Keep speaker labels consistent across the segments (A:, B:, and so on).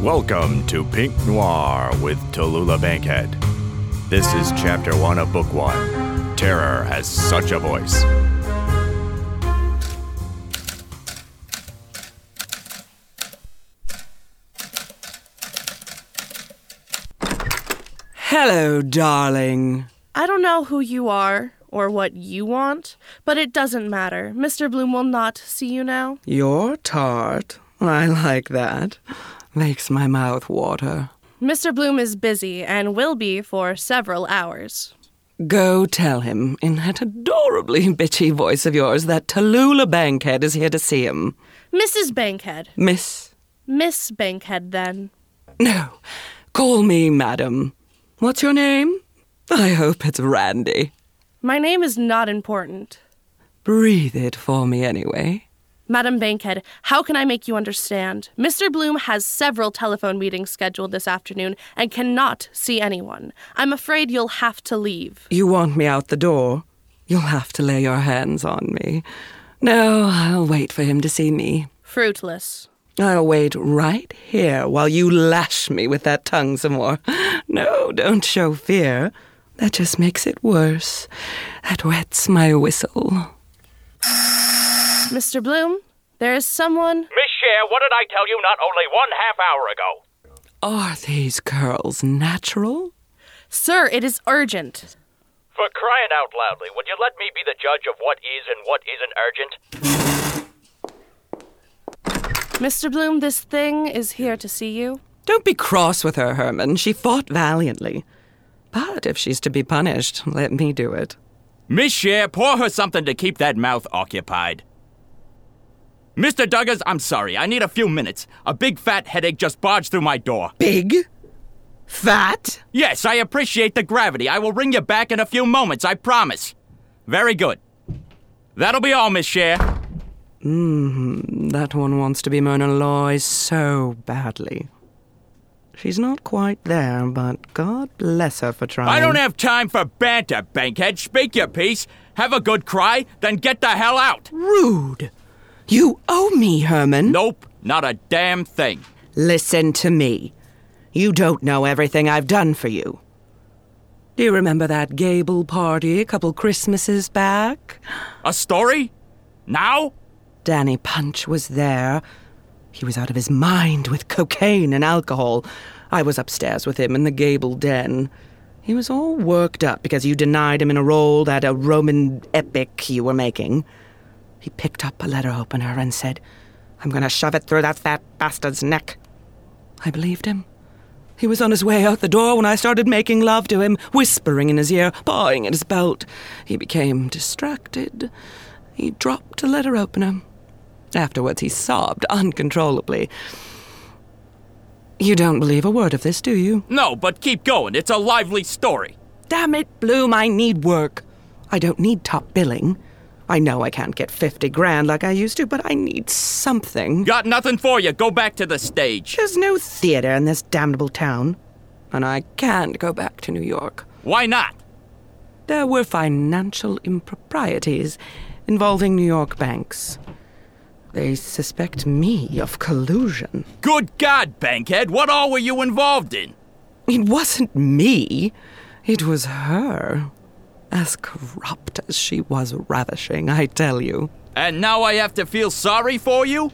A: Welcome to Pink Noir with Tallulah Bankhead. This is Chapter 1 of Book 1. Terror has such a voice.
B: Hello, darling.
C: I don't know who you are or what you want, but it doesn't matter. Mr. Bloom will not see you now.
B: You're tart. I like that. Makes my mouth water.
C: Mr. Bloom is busy and will be for several hours.
B: Go tell him, in that adorably bitchy voice of yours, that Tallulah Bankhead is here to see him.
C: Mrs. Bankhead.
B: Miss.
C: Miss Bankhead, then.
B: No. Call me madam. What's your name? I hope it's Randy.
C: My name is not important.
B: Breathe it for me anyway.
C: Madam Bankhead, how can I make you understand? Mr. Bloom has several telephone meetings scheduled this afternoon and cannot see anyone. I'm afraid you'll have to leave.
B: You want me out the door? You'll have to lay your hands on me. No, I'll wait for him to see me.
C: Fruitless.
B: I'll wait right here while you lash me with that tongue some more. No, don't show fear. That just makes it worse. That wets my whistle.
C: Mr. Bloom, there is someone.
D: Miss Cher, what did I tell you not only one half hour ago?
B: Are these curls natural?
C: Sir, it is urgent.
D: For crying out loudly, would you let me be the judge of what is and what isn't urgent?
C: Mr. Bloom, this thing is here to see you.
B: Don't be cross with her, Herman. She fought valiantly. But if she's to be punished, let me do it.
E: Miss Cher, pour her something to keep that mouth occupied. Mr. Duggars, I'm sorry. I need a few minutes. A big fat headache just barged through my door.
B: Big? Fat?
E: Yes, I appreciate the gravity. I will ring you back in a few moments, I promise. Very good. That'll be all, Miss Cher.
B: That one wants to be Mona Loy so badly. She's not quite there, but God bless her for trying.
E: I don't have time for banter, Bankhead. Speak your piece, have a good cry, then get the hell out.
B: Rude! You owe me, Herman.
E: Nope, not a damn thing.
B: Listen to me. You don't know everything I've done for you. Do you remember that gable party a couple Christmases back?
E: A story? Now?
B: Danny Punch was there. He was out of his mind with cocaine and alcohol. I was upstairs with him in the gable den. He was all worked up because you denied him in a role that a Roman epic you were making. He picked up a letter opener and said, I'm going to shove it through that fat bastard's neck. I believed him. He was on his way out the door when I started making love to him, whispering in his ear, pawing at his belt. He became distracted. He dropped a letter opener. Afterwards, he sobbed uncontrollably. You don't believe a word of this, do you?
E: No, but keep going. It's a lively story.
B: Mm, Damn it, Bloom, I need work. I don't need top billing. I know I can't get 50 grand like I used to, but I need something.
E: Got nothing for you. Go back to the stage.
B: There's no theater in this damnable town. And I can't go back to New York.
E: Why not?
B: There were financial improprieties involving New York banks. They suspect me of collusion.
E: Good God, Bankhead, what all were you involved in?
B: It wasn't me, it was her. As corrupt as she was ravishing, I tell you.
E: And now I have to feel sorry for you?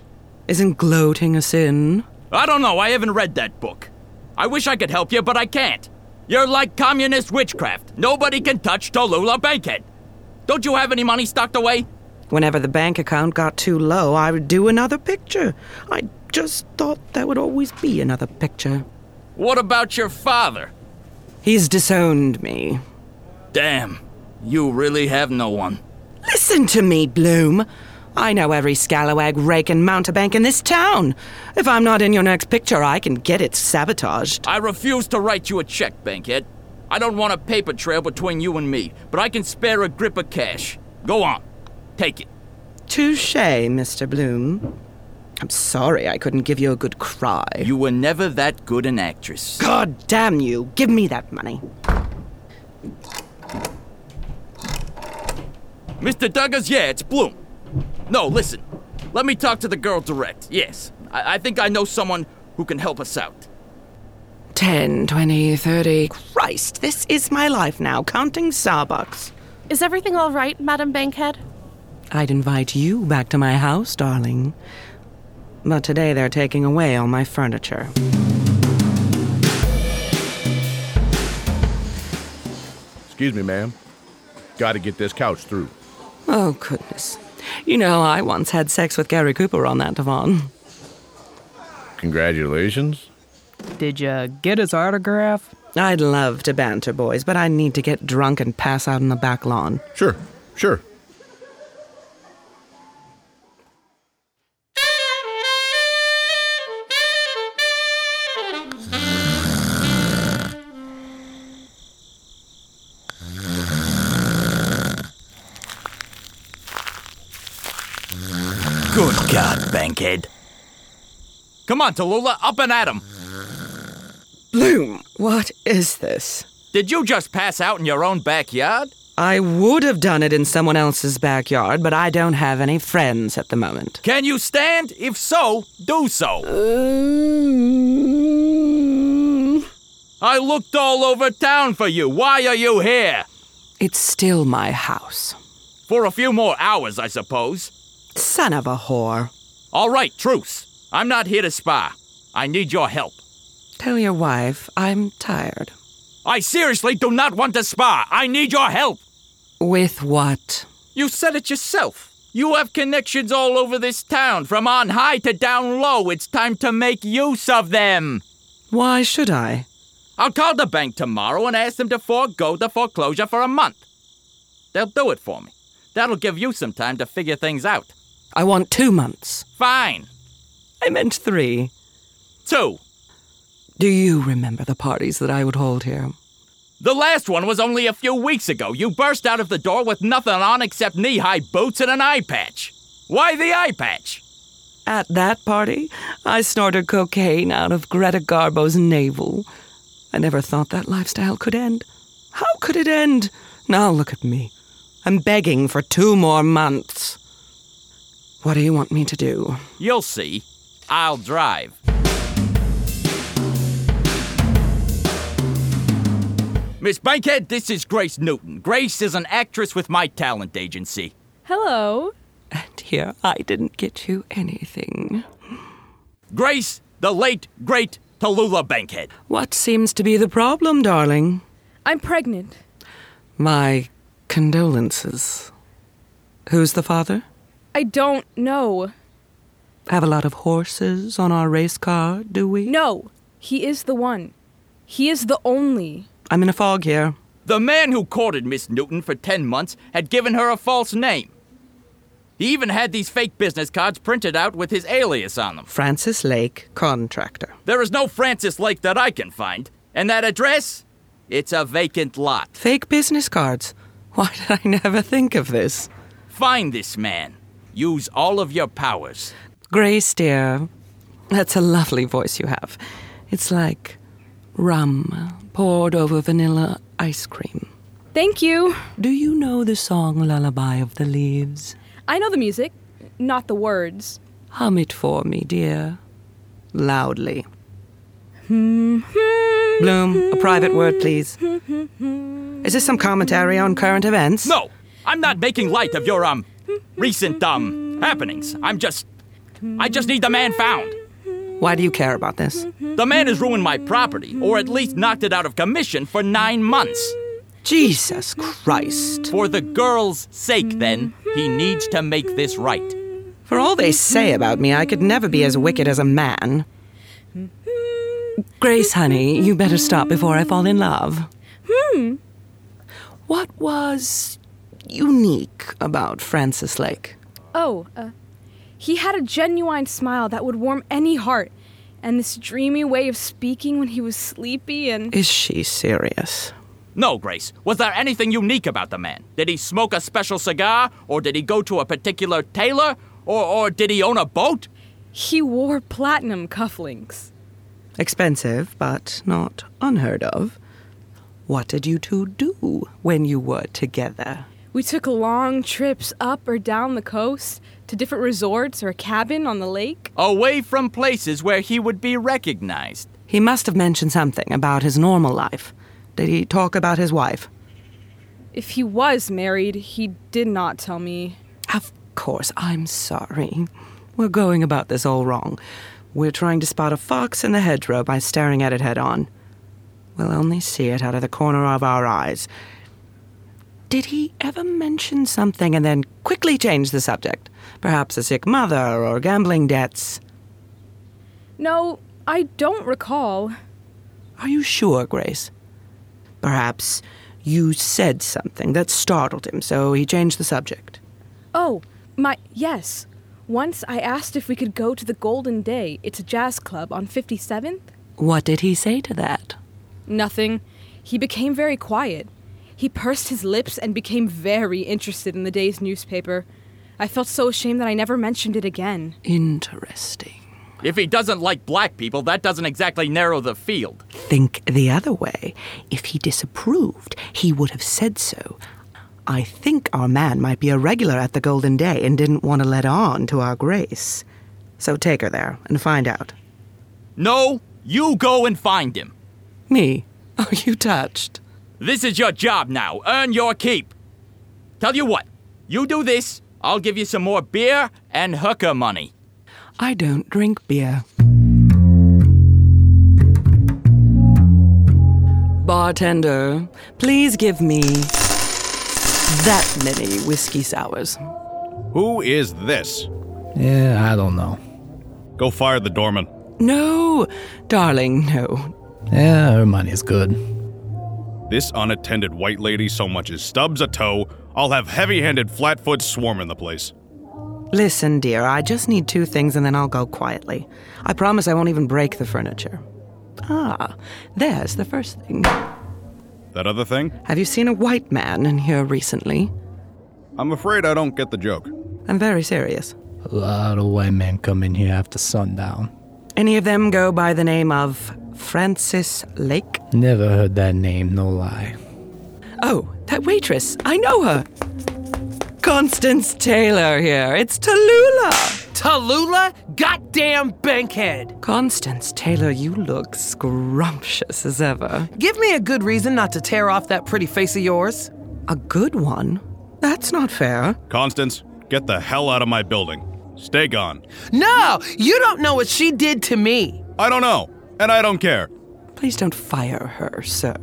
B: Isn't gloating a sin?
E: I don't know, I haven't read that book. I wish I could help you, but I can't. You're like communist witchcraft. Nobody can touch Tallulah Bankhead. Don't you have any money stocked away?
B: Whenever the bank account got too low, I would do another picture. I just thought there would always be another picture.
E: What about your father?
B: He's disowned me.
E: Damn, you really have no one.
B: Listen to me, Bloom. I know every scalawag, rake, and mountebank in this town. If I'm not in your next picture, I can get it sabotaged.
E: I refuse to write you a check, Bankhead. I don't want a paper trail between you and me, but I can spare a grip of cash. Go on, take it.
B: Touche, Mr. Bloom. I'm sorry I couldn't give you a good cry.
E: You were never that good an actress.
B: God damn you! Give me that money.
E: Mr. Duggars, yeah, it's Bloom. No, listen. Let me talk to the girl direct. Yes, I, I think I know someone who can help us out.
B: Ten, twenty, thirty. Christ, this is my life now, counting Starbucks.
C: Is everything all right, Madam Bankhead?
B: I'd invite you back to my house, darling. But today they're taking away all my furniture.
F: Excuse me, ma'am. Got to get this couch through.
B: Oh, goodness. You know, I once had sex with Gary Cooper on that divan.
F: Congratulations.
G: Did you get his autograph?
B: I'd love to banter, boys, but I need to get drunk and pass out in the back lawn.
F: Sure, sure.
E: Good God, Bankhead. Come on, Tallulah, up and at 'em.
B: Bloom, what is this?
E: Did you just pass out in your own backyard?
B: I would have done it in someone else's backyard, but I don't have any friends at the moment.
E: Can you stand? If so, do so. I looked all over town for you. Why are you here?
B: It's still my house.
E: For a few more hours, I suppose.
B: Son of a whore.
E: All right, truce. I'm not here to spar. I need your help.
B: Tell your wife I'm tired.
E: I seriously do not want to spar. I need your help.
B: With what?
E: You said it yourself. You have connections all over this town, from on high to down low. It's time to make use of them.
B: Why should I?
E: I'll call the bank tomorrow and ask them to forego the foreclosure for a month. They'll do it for me. That'll give you some time to figure things out.
B: I want two months.
E: Fine.
B: I meant three.
E: Two.
B: Do you remember the parties that I would hold here?
E: The last one was only a few weeks ago. You burst out of the door with nothing on except knee high boots and an eye patch. Why the eye patch?
B: At that party, I snorted cocaine out of Greta Garbo's navel. I never thought that lifestyle could end. How could it end? Now look at me. I'm begging for two more months. What do you want me to do?
E: You'll see. I'll drive. Miss Bankhead, this is Grace Newton. Grace is an actress with my talent agency.
H: Hello.
B: And here, I didn't get you anything.
E: Grace, the late, great Tallulah Bankhead.
B: What seems to be the problem, darling?
H: I'm pregnant.
B: My condolences. Who's the father?
H: I don't know.
B: Have a lot of horses on our race car, do we?
H: No, he is the one. He is the only.
B: I'm in a fog here.
E: The man who courted Miss Newton for 10 months had given her a false name. He even had these fake business cards printed out with his alias on them.
B: Francis Lake, contractor.
E: There is no Francis Lake that I can find. And that address? It's a vacant lot.
B: Fake business cards. Why did I never think of this?
E: Find this man. Use all of your powers.
B: Grace, dear, that's a lovely voice you have. It's like rum poured over vanilla ice cream.
H: Thank you.
B: Do you know the song Lullaby of the Leaves?
H: I know the music, not the words.
B: Hum it for me, dear. Loudly. Bloom, a private word, please. Is this some commentary on current events?
E: No, I'm not making light of your, um, recent, um, happenings. I'm just. I just need the man found.
B: Why do you care about this?
E: The man has ruined my property, or at least knocked it out of commission for nine months.
B: Jesus Christ.
E: For the girl's sake, then, he needs to make this right.
B: For all they say about me, I could never be as wicked as a man. Grace, honey, you better stop before I fall in love. Hmm. What was unique about Francis Lake?
H: Oh, uh, he had a genuine smile that would warm any heart, and this dreamy way of speaking when he was sleepy and.
B: Is she serious?
E: No, Grace, was there anything unique about the man? Did he smoke a special cigar, or did he go to a particular tailor, or, or did he own a boat?
H: He wore platinum cufflinks.
B: Expensive, but not unheard of. What did you two do when you were together?
H: We took long trips up or down the coast to different resorts or a cabin on the lake.
E: Away from places where he would be recognized.
B: He must have mentioned something about his normal life. Did he talk about his wife?
H: If he was married, he did not tell me.
B: Of course, I'm sorry. We're going about this all wrong. We're trying to spot a fox in the hedgerow by staring at it head on. We'll only see it out of the corner of our eyes. Did he ever mention something and then quickly change the subject? Perhaps a sick mother or gambling debts?
H: No, I don't recall.
B: Are you sure, Grace? Perhaps you said something that startled him, so he changed the subject.
H: Oh, my, yes. Once I asked if we could go to the Golden Day. It's a jazz club on 57th.
B: What did he say to that?
H: Nothing. He became very quiet. He pursed his lips and became very interested in the day's newspaper. I felt so ashamed that I never mentioned it again.
B: Interesting.
E: If he doesn't like black people, that doesn't exactly narrow the field.
B: Think the other way. If he disapproved, he would have said so. I think our man might be a regular at the Golden Day and didn't want to let on to our Grace. So take her there and find out.
E: No, you go and find him.
B: Me? Are you touched?
E: This is your job now. Earn your keep. Tell you what, you do this, I'll give you some more beer and hooker money.
B: I don't drink beer. Bartender, please give me that many whiskey sours.
F: Who is this?
I: Yeah, I don't know.
F: Go fire the doorman.
B: No, darling, no.
I: Yeah, her money's good.
F: This unattended white lady so much as stubs a toe, I'll have heavy handed flatfoot swarming the place.
B: Listen, dear, I just need two things and then I'll go quietly. I promise I won't even break the furniture. Ah, there's the first thing.
F: That other thing?
B: Have you seen a white man in here recently?
F: I'm afraid I don't get the joke.
B: I'm very serious.
I: A lot of white men come in here after sundown.
B: Any of them go by the name of Francis Lake?
I: Never heard that name, no lie.
B: Oh, that waitress. I know her. Constance Taylor here. It's Tallulah.
J: Tallulah? Goddamn bankhead!
B: Constance Taylor, you look scrumptious as ever.
J: Give me a good reason not to tear off that pretty face of yours.
B: A good one? That's not fair.
F: Constance, get the hell out of my building. Stay gone.
J: No! You don't know what she did to me!
F: I don't know, and I don't care.
B: Please don't fire her, sir.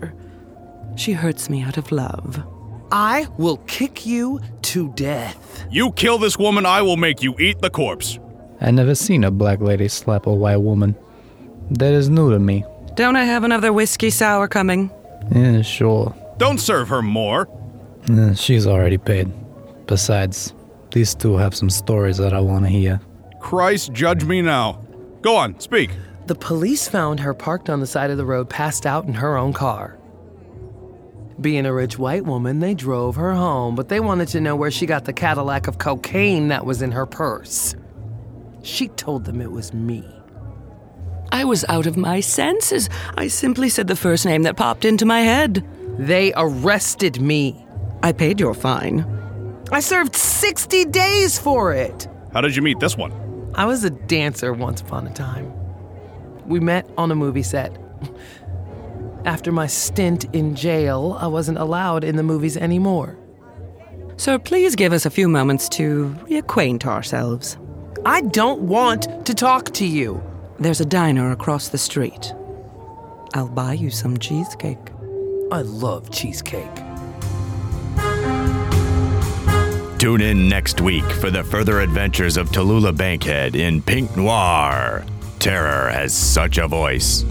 B: She hurts me out of love.
J: I will kick you to death.
F: You kill this woman, I will make you eat the corpse.
I: I never seen a black lady slap a white woman. That is new to me.
B: Don't I have another whiskey sour coming?
I: Yeah, sure.
F: Don't serve her more.
I: Yeah, she's already paid. Besides, these two have some stories that I want to hear.
F: Christ, judge me now. Go on, speak.
J: The police found her parked on the side of the road, passed out in her own car. Being a rich white woman, they drove her home, but they wanted to know where she got the Cadillac of cocaine that was in her purse. She told them it was me.
B: I was out of my senses. I simply said the first name that popped into my head.
J: They arrested me.
B: I paid your fine.
J: I served 60 days for it.
F: How did you meet this one?
J: I was a dancer once upon a time. We met on a movie set. After my stint in jail, I wasn't allowed in the movies anymore.
B: Sir, please give us a few moments to reacquaint ourselves.
J: I don't want to talk to you.
B: There's a diner across the street. I'll buy you some cheesecake.
J: I love cheesecake.
A: Tune in next week for the further adventures of Tallulah Bankhead in Pink Noir. Terror has such a voice.